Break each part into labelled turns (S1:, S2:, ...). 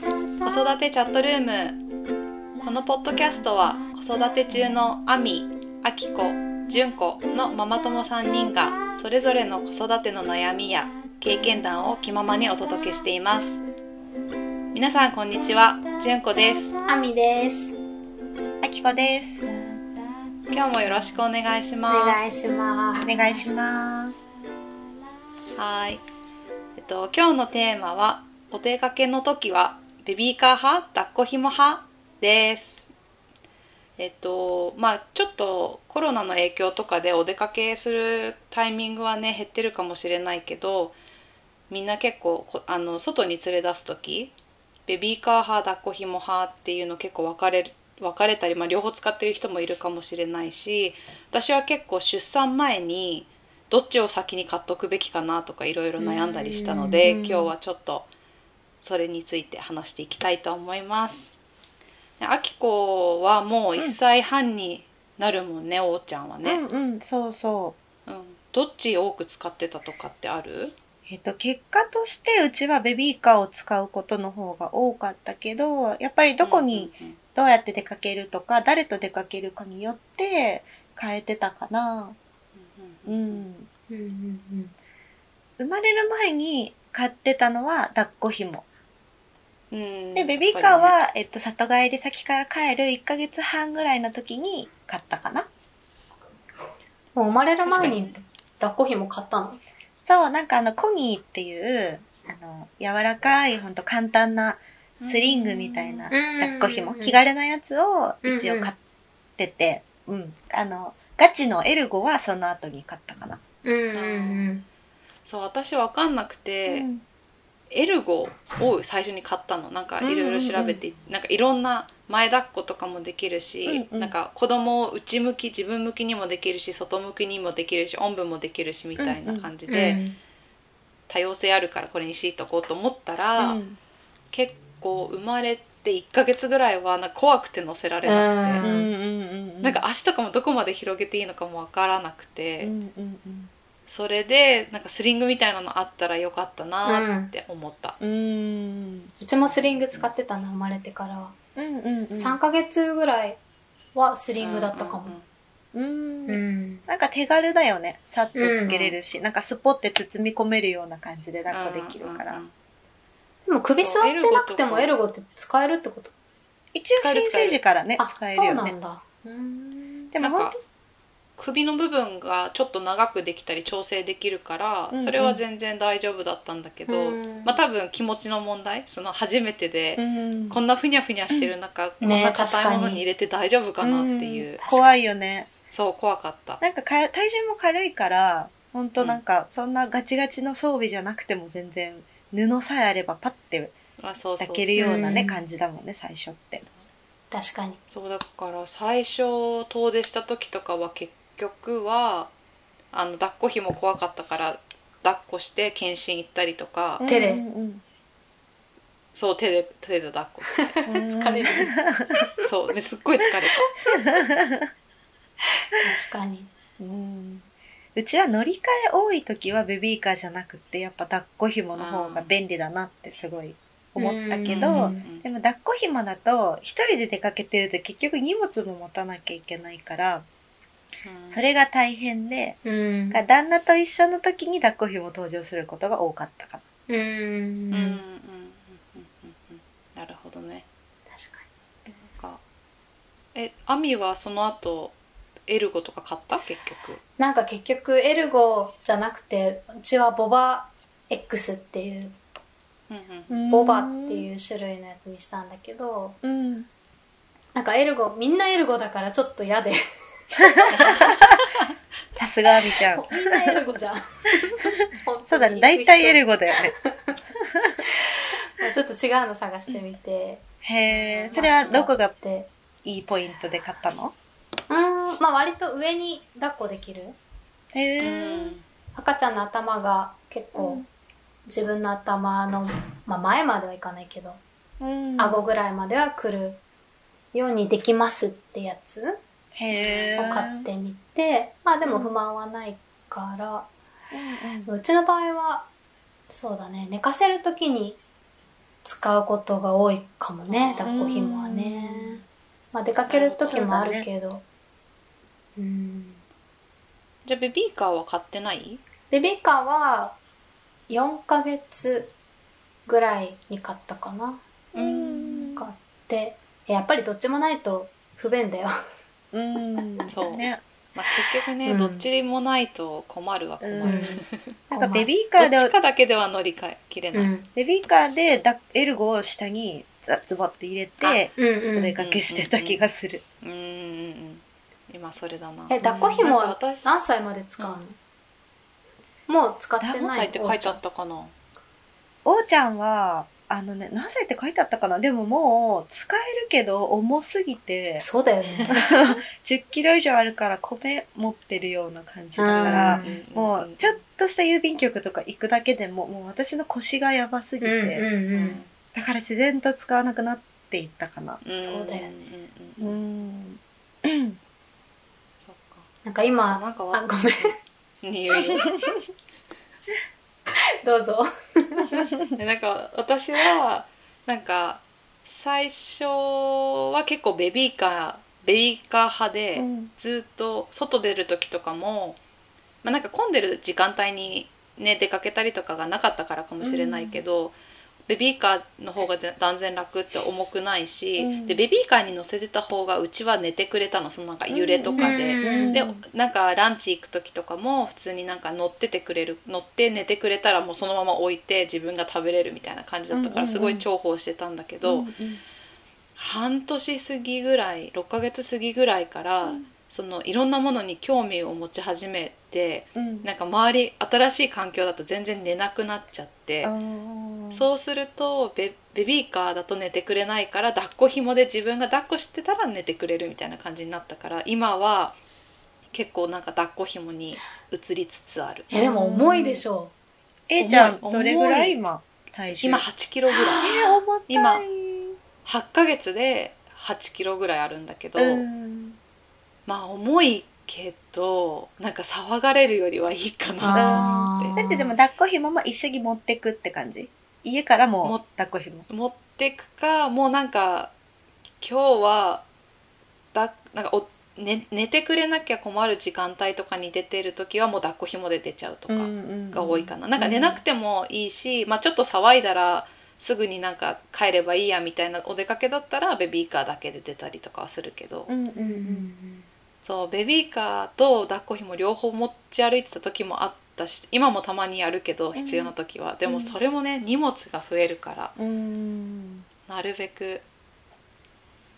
S1: 育てチャットルームこのポッドキャストは子育て中のアミ、アキコ、ジュンコのママ友3人がそれぞれの子育ての悩みや経験談を気ままにお届けしています皆さんこんにちは、じゅんこです
S2: あみです。
S3: あきこです。
S1: 今日もよろしくお願いし
S2: お
S1: ます
S2: 願いしま
S3: お
S2: す。
S3: 願いします。
S1: はい。えっと今日のテーマはお出かけの時はベビーカー派、抱っこ紐派です。えっとまあちょっとコロナの影響とかでお出かけするタイミングはね減ってるかもしれないけど、みんな結構こあの外に連れ出す時ベビーカー派、抱っこ紐派っていうの結構分かれる分かれたり、まあ、両方使ってる人もいるかもしれないし私は結構出産前にどっちを先に買っとくべきかなとかいろいろ悩んだりしたので
S2: うん
S1: 今日はちょっとそれについて話していきたいと思います。であきこはもう1歳半になるもんね、おうちゃんはね、
S3: うんうん、そうそう。
S1: うんどっち多く使ってたとかってある
S3: えっと、結果としてうちはベビーカーを使うことの方が多かったけど、やっぱりどこに
S1: うんうんうん
S3: どうやって出かけるとか、誰と出かけるかによって変えてたかな。う
S1: うんうん
S3: ん。
S2: うんうん
S3: 生まれる前に買ってたのは抱っこ紐。
S1: うん
S3: で、ベビーカーは、えっと、里帰り先から帰る1ヶ月半ぐらいの時に買ったかな。
S2: もう生まれる
S1: やっぱ
S2: 前
S1: りね
S2: に抱っこ紐買ったの。
S3: そう、なんかあの、コニーっていう、あの、柔らかい、ほんと簡単な
S1: 確かにね
S3: スリングみたいな
S2: うん
S3: 抱っこ紐、
S2: うん
S3: 気軽なやつを
S2: うん
S3: 一応買ってて、うん、あの、ガチのエルゴはその後に買ったかな。
S2: うん
S1: うんそう私わかんなくて、
S3: うん
S1: エルゴを最初に買ったのなんかいろいろ調べて、なんかいろんな前抱っことかもできるし、
S3: うんうん
S1: なんか子供を内向き自分向きにもできるし外向きにもできるしおんぶもできるしみたいな感じ
S2: うん。
S1: で、多様性あるからこれにしとこうと思った
S3: う
S1: ら、
S3: ん
S1: 結構生まれて1ヶ月ぐらいはなんか怖くて乗せられなく
S3: う
S1: て、
S3: んうんうん。
S1: なんか足とかもどこまで広げていいのかもわからなく
S3: う
S1: て、
S3: んうんうん。
S1: それでなんかスリングみたいなのあったらよかったなって思った。
S3: うんうん
S2: うちもスリング使ってたの生まれてからは。
S3: うんうん。
S2: 3ヶ月ぐらいはスリングだったか
S1: うんうんう
S2: も
S1: ん。
S3: うん
S2: ん。
S3: なんか手軽だよね。さっとつけれるし、なんかスポって包み込めるような感じで抱っこできるから。
S1: うんうんうん
S2: でも首座ってなくても
S1: そう
S2: エ
S1: エ
S2: ルゴって使えるってこと
S3: 一応新生児からね、
S2: あ
S3: 使、える
S2: そう
S3: よ
S2: な
S3: ね
S2: ん。だ。うん
S3: で
S1: な
S3: も
S1: ん
S3: 本
S1: か首の部分がちょっと長くできたり調整できるから、
S3: うんうん
S1: それは全然大丈夫だったんだけど、
S2: うん
S1: まあ多分気持ちの問題その初めて
S3: 当
S1: で、
S3: に、
S1: こんなふにゃふにゃしてる中、こん
S2: ね
S1: な硬いも
S2: 確か
S1: の
S2: に
S1: に入れて大丈夫かなっていう、
S3: ん怖いよね。
S1: そう怖かった
S3: なんかか体重も軽いから本当なんかそんなガチガチの装備じゃなくても全然布さえあればパッて
S1: あそうそう
S3: 抱けるようなね
S2: うん
S3: 感じだもんね最初って。
S2: 確かに。
S1: そうだから最初遠出した時とかは結局はあの抱っこひも怖かったから抱っこして検診行ったりとか、
S2: 手で
S3: うんうん
S1: そう手で手で抱 っこして
S3: うん
S2: 疲れる。
S1: そうねすっごい疲れた
S2: 確かに。
S3: うんうちは乗り換え多い時はベビーカーじゃなくてやっぱ抱っこ紐の方が便利だなってすごい思ったけ
S1: う
S3: ど
S1: んうんうん
S3: でも抱っこ紐だと一人で出かけてると結局荷物も持たなきゃいけないから
S1: うん
S3: それが大変で
S2: うん
S3: が旦那と一緒の時に抱っこ紐登場することが多かったか
S2: う
S1: うん
S2: ん
S1: うんうんうんうんうんなるほどね
S2: 確か
S1: なんかえアミはその後エルゴとか買った結局
S2: になんか結局エルゴじゃなくてうちはボバ X っていう
S1: うんうん
S3: な。
S2: ボバって
S3: う。
S2: いう種類のやつにしたんだけど
S3: うん。
S2: なんかエルゴみんなエルゴだからちょっと嫌 で
S3: さすがアミちゃん。
S2: みんなエルゴじゃん
S3: そうだね。大体エ
S2: ゴ
S3: ルゴだよ ね。
S2: ちょっと違うの探してみて
S3: へえ。それはどこが
S2: で
S3: いいポイントで買ったの
S2: うんまあ割と上に抱っこできる
S3: へ
S1: う
S3: え。
S1: ん
S2: 赤ちゃんの頭が結構自分の頭の、まあ、前まではいかないけど
S3: うん。
S2: 顎ぐらいまでは来るようにできますってやつを
S3: へえ。
S2: 買ってみてまあでも不満はないから
S3: うんうん。
S2: うちの場合はそうだね寝かせる時に使うことが多いかも
S1: う
S2: ね、
S1: ん
S2: 抱っこ紐はね。まあ出かける時もあるけど。うん。
S1: じゃあベビーカーは買ってない
S2: ベビーカーは4ヶ月ぐらいに買ったかな。
S1: うん
S2: 買って、やっぱりどっちもないと不便だよ。
S3: うん
S1: そう
S3: ね
S1: まあ、結局ね、
S2: うん
S1: どっちもないと困るは 困る、
S3: うん
S1: どっ
S3: なんかベビーカーで
S1: ちかだけでは乗り換えきれ
S2: う
S1: ない、
S2: ん。
S3: ベビーカーでだエルゴを下にザズボって入れて
S2: うん
S3: お
S2: うん
S3: 出。かけしてた気がする、
S1: うんうんうん今それだな
S2: え、抱っこ紐
S1: なん
S2: は
S1: か私
S2: 何歳まで使うの、もう使ってない
S1: 何歳って書いてあったかな
S3: おーちゃんはあのね何歳って書いてあったかなでももう使えるけど重すぎて
S2: そうだよね。
S3: 1 0キロ以上あるから米持ってるような感じだから、
S2: うん
S3: もうちょっ
S1: と、
S3: とした郵便局とか行くだけでももう私の腰がやばすぎ
S2: う
S3: て、
S2: んうん
S1: う
S2: うん。
S3: だから自然と使わなくなっていったかな
S2: そうだよね
S3: う
S1: うんんうんうん
S3: ん
S1: そっか
S2: なんか
S1: あ
S2: 今、
S1: なんか
S2: あ、ごめん。
S1: んいいよいいよ
S2: どうぞ。
S1: で なんか私はなんか最初は結構ベビーカーベビーカー派で、
S3: うん
S1: ずっと外出る時とかも、まあ、なんか混んでる時間帯にね出かけたりとかがなかったからかもしれないけど、ベビーカーの方がぜ断然楽って重くないし、
S3: うん
S1: でベビーカーに乗せてた方がうちは寝てくれたのそのなんか揺れとかで。
S2: うん
S1: で
S3: うん
S1: なんかランチ行く時とかも普通になんか乗っててくれる乗って寝てくれたらもうそのまま置いて自分が食べれるみたいな感じだったか
S3: うん
S1: ら
S3: うんうん
S1: すごい重宝してたんだけど、
S3: うんうん
S1: 半年過ぎぐらい6ヶ月過ぎぐらいから、
S3: うん
S1: そのいろんなものに興味を持ち始めて
S3: うん
S1: なんか周り新しい環境だと全然寝なくなっちゃって
S3: あ。ー
S1: そうするとベベビーカーだと寝てくれないから抱っこ紐で自分が抱っこしてたら寝てくれるみたいな感じになったから今は結構なんか抱っこ紐に移りつつある
S2: え、でも重いでしょ。
S3: えーちゃん
S1: 重い
S3: どれぐらい
S1: 重
S3: 今体重
S1: 今8キロぐら
S3: え
S1: い
S3: ー重たい
S1: 今8ヶ月で8キロぐらいあるんだけど、
S3: うん
S1: まあ重いけどなんか騒がれるよりはいいかな
S2: あー
S3: だってでも抱っこひもも一緒に持ってくって感じ家から
S1: 持
S3: も
S1: っ
S3: 抱っこひも
S1: 持ってくかもうなんか今日はだなんかお、ね、寝てくれなきゃ困る時間帯とかに出てる時はもう抱っこ紐で出ちゃうとかが多いかな、なんか寝なくてもいいし、まあ、ちょっと騒いだらすぐになんか帰ればいいやみたいなお出かけだったらベビーカーだけで出たりとかはするけど、
S3: うんうんう
S2: うん
S1: そうベビーカーと抱っこ紐両方持ち歩いてた時もあったし今もたまにやるけど必要な時は、でもそれもね荷物が増えるから。
S3: うん
S1: なるべく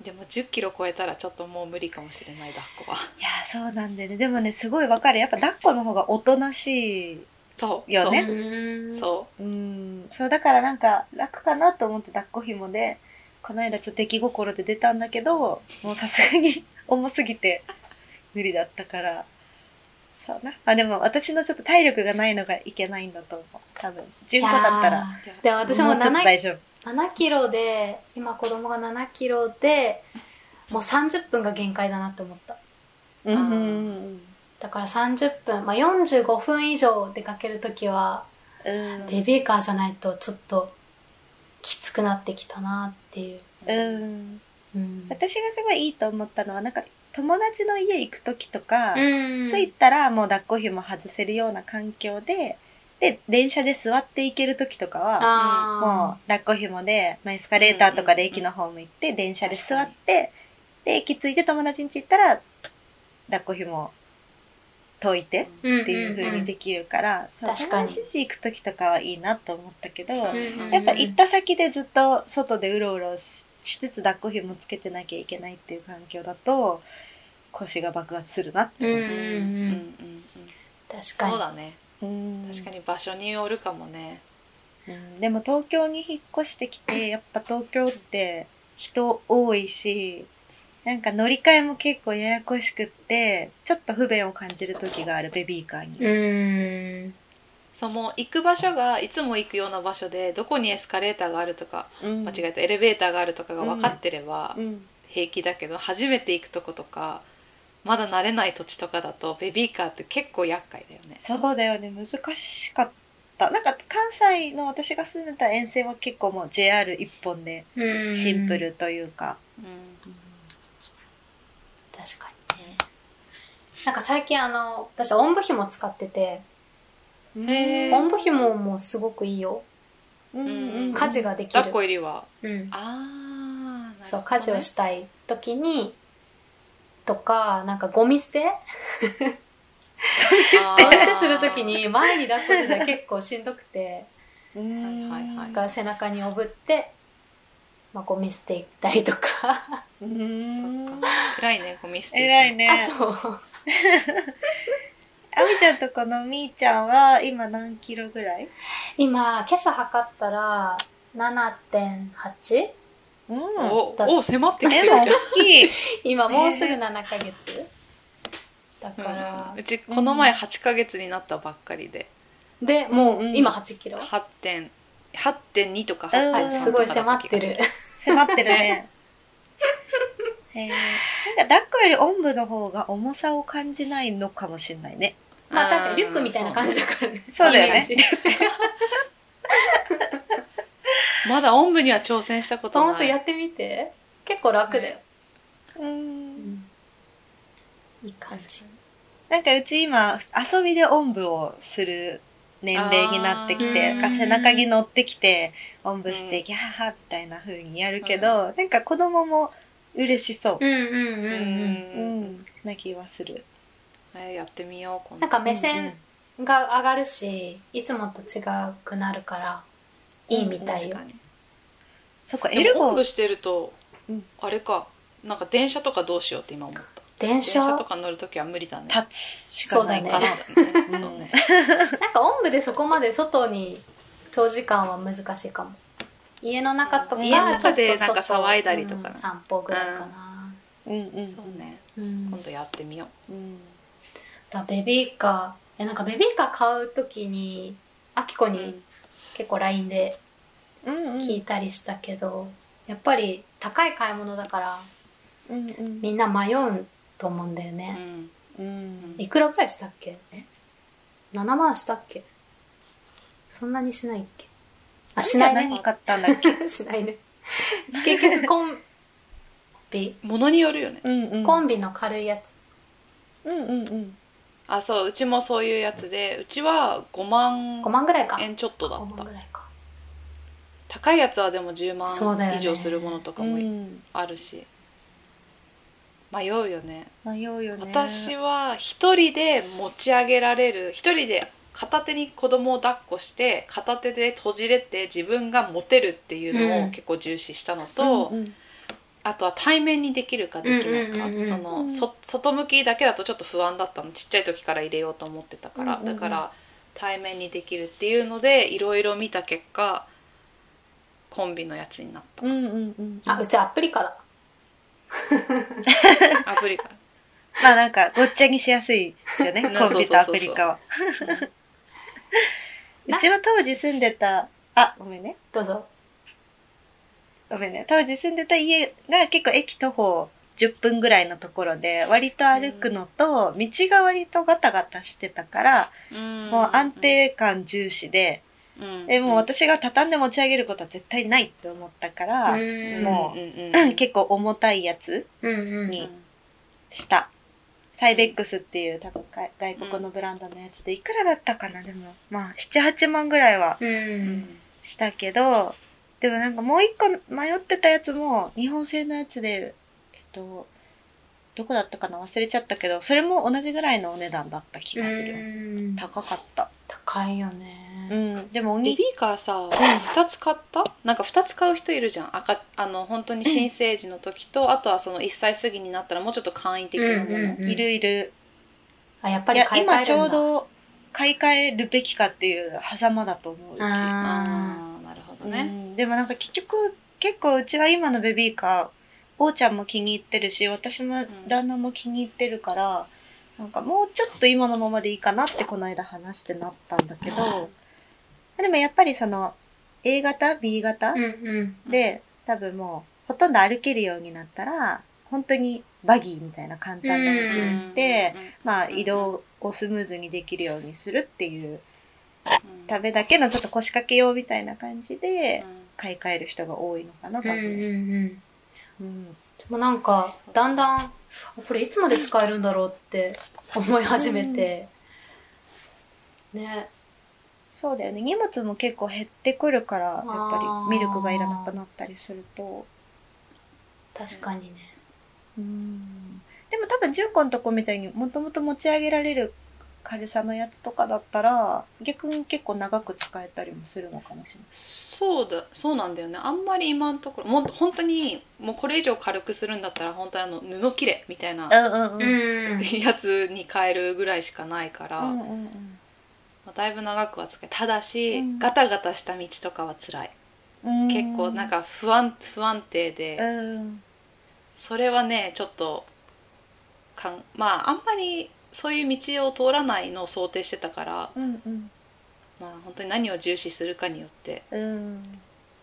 S1: でも1 0キロ超えたらちょっともう無理かもしれない抱っこは
S3: いやーそうなんだよねでもねすごいわかるやっぱ抱っこの方がおとなしい
S1: そう
S3: よね
S2: ん
S1: そうそ
S3: うんそうだからなんか楽かなと思って抱っこひもでこの間ちょっと出来心で出たんだけどもうさすがに 重すぎて無理だったからそうなあでも私のちょっと体力がないのがいけないんだと思う多分15だったら
S2: いやーでも私も
S3: うちょっと
S2: 7
S3: 大丈夫
S2: 7キロで今子供が7キロでもう30分が限界だなって思った
S3: うんうん
S2: だから30分、まあ、45分以上出かける時は
S3: うん
S2: ベビーカーじゃないとちょっときつくなってきたなっていう、
S1: う
S3: うん
S2: うん
S3: 私がすごいいいと思ったのはなんか友達の家行く時とか、
S2: うん
S3: 着いたらもう抱っこひも外せるような環境でで電車で座って行ける時とかはもう
S2: あ
S3: 抱っこひもで、まあ、エスカレーターとかで駅のホーム行って電車で座ってで駅着いて友達ん家行ったら抱っこひも解いて
S2: ーうん
S3: っていう風にできるから、そう
S2: 確かに
S3: 友達ん家行く時とかはいいなと思ったけど、
S2: うんうん
S3: やっぱ行った先でずっと外でうろうろししつつ抱っこひもつけてなきゃいけないっていう環境だと腰が爆発するなって
S2: うんう
S3: 思
S2: ん
S3: う。
S1: うん
S2: う
S1: うんうん
S2: ん
S1: うん
S2: 確かに
S1: そうだね
S3: うん
S1: 確かに場所によるかもね
S3: うんでも東京に引っ越してきてやっぱ東京って人多いしなんか乗り換えも結構ややこしくってちょっと不便を感じる時があるベビーカーに、
S2: うん
S1: そうもう行く場所がいつも行くような場所でどこにエスカレーターがあるとか
S3: うん
S1: 間違えたエレベーターがあるとかが分かってれば
S3: うん
S1: 平気だけど、初めて行くとことかまだ慣れない土地とかだとベビーカーって結構厄介だよね
S3: そうだよね難しかっったなんか関西の私が住んでた沿線は結構もう JR 一本で
S2: うん
S3: シンプルというか、
S1: うん
S2: 確かにねなんか最近あの私おんぶひも使ってて
S1: へー
S2: おんぶひももすごくいいよ
S3: うんうん
S2: 家事ができる
S1: 抱っこ入りは
S2: うん
S1: ああ
S2: そう家事をしたい時にとかなんかゴミ捨て
S1: て
S2: ゴミ捨てする時に前に抱っこしてたら結構しんどくて
S3: うん
S1: はいはいはい
S2: だから背中におぶって、まあ、ゴミ捨て行ったりとか
S3: うん
S1: そっ偉いねゴミ捨て
S3: 偉いね
S2: あ そう
S3: あみちゃんとこのみーちゃんは今何キロぐらい
S2: 今今朝測ったら7.8
S3: うん
S1: お
S2: だ
S1: お迫ってきてるじ
S3: でも
S1: ゃん
S3: 大き い
S2: 今もうすぐ7ヶ月だから
S1: うん、うちこの前8ヶ月になったばっかりで
S2: でも
S3: う
S2: うん今8キロ、
S1: 8点8.2とか
S3: うん
S2: はい
S1: 8.3
S2: す
S1: と
S2: ご
S1: か
S2: い迫ってる
S3: 迫ってるねへえなんか抱っこよりおんぶの方が重さを感じないのかもしれないね
S2: まあだってリュックみたいな感じ
S1: じ
S2: だからね
S3: そうだよね
S2: イメージ
S1: まだおんぶには挑戦したこと
S2: トン
S1: な
S2: プや
S1: い
S2: ってみて結構楽だよ、
S3: うん
S2: いい感じ
S3: なんかうち今遊びでおんぶをする年齢になってきて
S1: あー
S3: なんか背中に乗ってきておんぶしてギャーハーみたいな風にやるけど、なんか子供も嬉しそう
S2: うんうん
S1: う
S2: うん
S3: うんんな気はする
S1: えーやってみよう
S2: うん
S1: 今度
S2: なんか目線が上がるしいつもと違くなるからいいみたい
S1: 確
S2: よ
S1: か、に
S3: そっかエ
S1: で
S3: ル
S1: もおん
S3: ゴ
S1: ぶしてると
S3: うん
S1: あれかなんか電車とかどうしようって今思った
S2: 電
S1: 電
S2: 車
S1: 車とか乗るときは無理だね
S3: 立つしかない
S2: そ
S3: か
S2: う
S3: ら
S2: だ
S1: あ
S2: ね
S1: そうだね
S3: うん
S1: そうね
S2: なんかおんぶでそこまで外に長時間は難しいかも家の中とか
S3: 家の
S1: 中で
S2: ちょっと外
S1: なんか騒いだりとか
S2: うん散歩ぐらいかな、
S3: うんう
S1: そ
S3: ん
S1: うね
S2: うん
S1: 今度やってみよ
S3: うん
S2: だベビーカーえなんかベビーカー買う時にあきこ
S1: う
S2: に結構 LINE で
S3: うんうん
S2: 聞いたりしたけど、やっぱり高い買い物だから
S3: うんうん
S2: みんな迷うと思うんだよ
S1: う
S2: ね、
S1: ん
S3: うん
S2: いくらぐらいしたっけえ7万したっけそんなにしないっけあしないね
S3: 何買ったんだっ け
S2: しないね結局コンビ
S1: 物によるよね
S3: うんうん
S2: コンビの軽いやつ
S3: うんうんうん
S1: あそううちもそういうやつでうちは5
S2: 5
S1: 万
S2: 万ぐらいか
S1: 円ちょっとだ
S2: 5
S1: っ
S2: 万
S1: た
S2: ぐらいか
S1: 高いやつはでも10
S2: そうだ
S1: 万
S2: よね
S1: 以上するものとか
S3: う
S1: も
S3: ん
S1: あるし、迷うよね
S3: 迷うよね
S1: 私は一人で持ち上げられる一人で片手に子供を抱っこして片手で閉じれて自分が持てるっていうの
S2: う
S1: を
S2: ん
S1: 結構重視したのと、
S3: うんうん
S1: あとは対面にできるかできないか、
S2: うんうんうんうん
S1: そのそ外向きだけだとちょっと不安だったのちっちゃい時から入れようと思ってたから、
S3: うんうんうん
S1: だから対面にできるっていうのでいろいろ見た結果コンビのやつになっ
S3: うんうんうん
S2: あうちアプリ から
S1: たアプリが
S3: まあなんかごっちゃにしやす いよね
S1: うん
S3: コンビとアプリカは
S1: うん
S3: うちは当時住んでたあごめんね
S2: どうぞ
S3: ごめんね当時住んでた家が結構駅徒歩10分ぐらいのところで割と歩くのと、道が割とガタガタしてたから、
S1: うん
S3: もう安定感重視で、
S1: うん
S3: えもう私が畳んで持ち上げることは絶対ないって思ったから、
S1: う
S2: うんん
S3: も
S1: んん
S3: うん結構重たいやつ
S2: うんうん
S3: にしたサイベックスっていう多分外外国のブランドのやつでいくらだったかなでもまあ78万ぐらいは
S2: う
S1: うんん
S3: したけどでもなんかもう一個迷ってたやつも日本製のやつでえっとどこだったかな忘れちゃったけどそれも同じぐらいのお値段だった気がする、
S2: うん
S3: 高かった
S2: 高いよ
S3: う
S2: ね
S3: んでもお
S1: ベビ
S3: に
S1: ーカーさ2つ買ったなんか2つ買う人いるじゃん赤あの本当に新生児の時と、あとはその1歳過ぎになったらもうちょっと簡易的なもの、
S2: うんうん
S3: いるいる、
S2: あやっぱ
S3: い
S2: り
S3: や
S2: 買い替
S3: 今
S2: え
S3: ち
S2: るんだ
S3: ょうど買い替えるべきかっていう狭間だと思ううち
S2: あ
S1: ああなるほど
S3: う
S1: ね、
S3: んでもなんか結局結構うちは今のベビーカーおーちゃんも気に入ってるし私も旦那も気に入ってるから、なんかもうちょっと今のままでいいかなってこの間話してなったんだけど、でもやっぱりその A 型 B 型
S2: ーうんうん
S3: で、多分もうほとんど歩けるようになったら本当にバギーみたいな簡単な道にして、まあ移動をスムーズにできるようにするってい
S1: う
S3: う
S1: ん
S3: ためだけのちょっと腰掛け用みたいな感じで
S1: うん
S3: 買い替える人が多いのかな多
S2: うんうん
S3: 分、
S2: うん。
S3: うん
S2: でもなんか、だんだん、あこれいつまで使えるんだろうって思い始めて。ね。
S3: そうだよね荷物も結構減ってくるからやっ
S2: あ
S3: ぱ
S2: ー
S3: りミルクがいらなくなったりすると
S2: 確かにね。
S3: うんでも多分純子のとこみたいにもともと持ち上げられる軽さのやつとかだったら逆に結構長く使えたりもするのかもしれない
S1: そうだそうなんだよねあんまり今のところもう本当にもうこれ以上軽くするんだったら本当にあの布切れみたいな
S3: うんうんう
S2: う
S3: ん
S2: ん。
S1: やつに変えるぐらいしかないから、
S3: うん
S1: ま
S3: うんうん
S1: あ、だいぶ長くは使えただし、
S3: うん
S1: ガタガタした道とかは辛い
S3: うん
S1: 結構なんか不安不安定で、
S3: うん
S1: それはねちょっとかんまああんまりそういう道を通らないのを想定してたから
S3: うんうん
S1: まあ本当に何を重視するかによって
S3: うん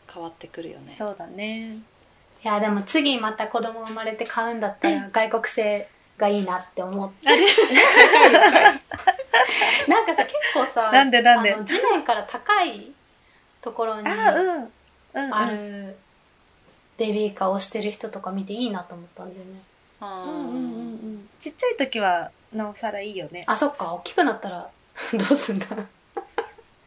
S1: 変わってくるよね
S3: そうだね
S2: いや、でも次また子供生まれて買うんだったら外国製がいいなって思って。 なんかさ、結構さ、
S3: なんでなんで
S2: あの地面から高いところに
S3: あ
S2: あ
S3: うんうんうん
S2: るベビーカーをしてる人とか見ていいなと思ったんだよね。
S1: あー
S3: うんうんうんうんちっちゃい時はなおさらいいよね
S2: あ、そっか、大きくなったら どうすんだ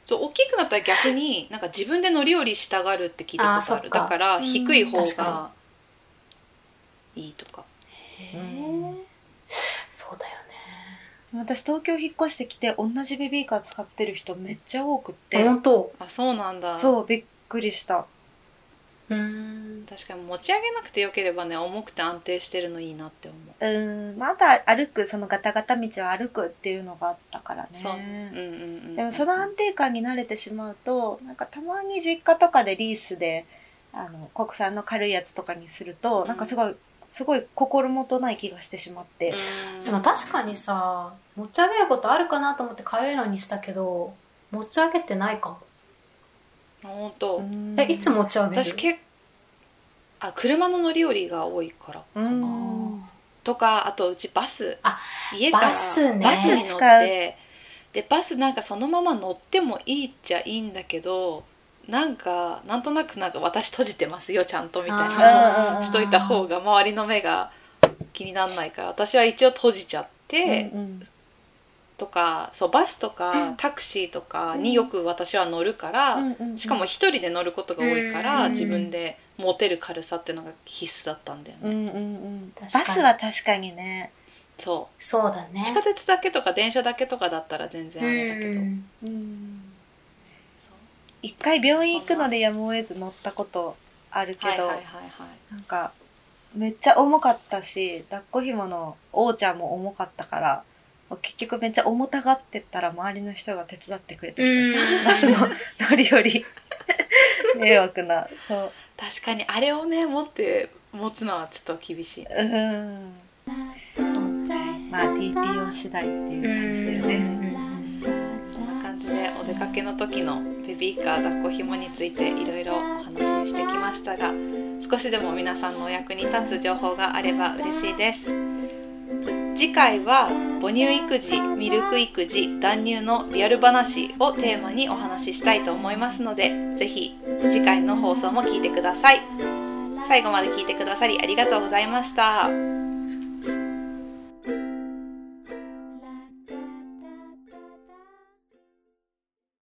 S1: そう大きくなったら逆になんか自分で乗り降りしたがるって聞いたことあ
S2: あーそ
S1: る
S2: っか
S1: だから
S3: うん
S1: 低い方
S2: 確か
S1: がいいとか
S2: へ
S3: う
S2: ーそうだよ
S3: 私東京引っ越してきて同じベビーカー使ってる人めっちゃ多くっ
S2: ね。
S3: て
S2: 本当
S1: あそうなんだ
S3: そうびっくりした
S2: うーん。
S1: 確かに持ち上げなくてよければね重くて安定してるのいいなって思う
S3: うんまだ歩くそのガタガタ道を歩くっていうのがあったから
S1: そう
S3: ね
S1: うんうんうんうん
S3: でもその安定感に慣れてしまうとなんかたまに実家とかでリースであの国産の軽いやつとかにすると、
S1: うん
S3: なんかすごいすごい心もとない気がしてしまって、
S1: うん
S2: でも確かにさ、持ち上げることあるかなと思って軽いのにしたけど、持ち上げてないかも。
S1: 本当
S3: うん
S2: え、いつ持ち上げる
S1: 私結あ車の乗り降りが多いからかな、
S3: うん
S1: とかあとうちバス
S2: あ
S1: 家から
S2: バスね
S1: バスに乗っ
S3: 使う
S1: てでバスなんかそのまま乗ってもいいっちゃいいんだけどなんかなんとなくなんか私閉じてますよちゃんとみたいな
S2: あー
S1: しといた方が周りの目が気にならないから私は一応閉じちゃって、
S3: うんうん
S1: とかそうバスと
S2: う
S1: か
S2: ん
S1: タクシーとかによく私は乗るから、
S3: うんうんうん
S1: しかも一人で乗ることが多いか
S2: うん
S1: ら、
S2: うん
S1: 自分で持てる軽さっていうのが必須だったんだよ
S3: う
S1: ね、
S3: んうんうんバ
S2: 確
S3: ス
S2: かに
S3: は確かにね
S1: そ
S2: そうだね
S1: う地下鉄だけとか電車だけとかだったら全然あれだけど、
S2: うん
S3: うん
S1: そう
S3: 一回病院行くのでやむを得ず乗ったことあるけど、
S1: はいはいはいはい
S3: なんかめっちゃ重かったし抱っこひものおーちゃんも重かったからもう結局めっちゃ重たがってったら周りの人が手伝ってくれて
S2: うん
S3: バスの乗り降り迷惑なそう
S1: 確かにあれをね持って持つのはちょっと厳しい、
S3: うんまあ TPO 次第っていう感じだよね
S2: ね
S1: そんな感じでお出かけの時のベビーカー抱っこひもについていろいろお話ししてきましたが少しでも皆さんのお役に立つ情報があれば嬉しいです次回は母乳育児ミルク育児断乳のリアル話をテーマにお話ししたいと思いますのでぜひ次回の放送も聞いてください最後まで聞いてくださりありがとうございました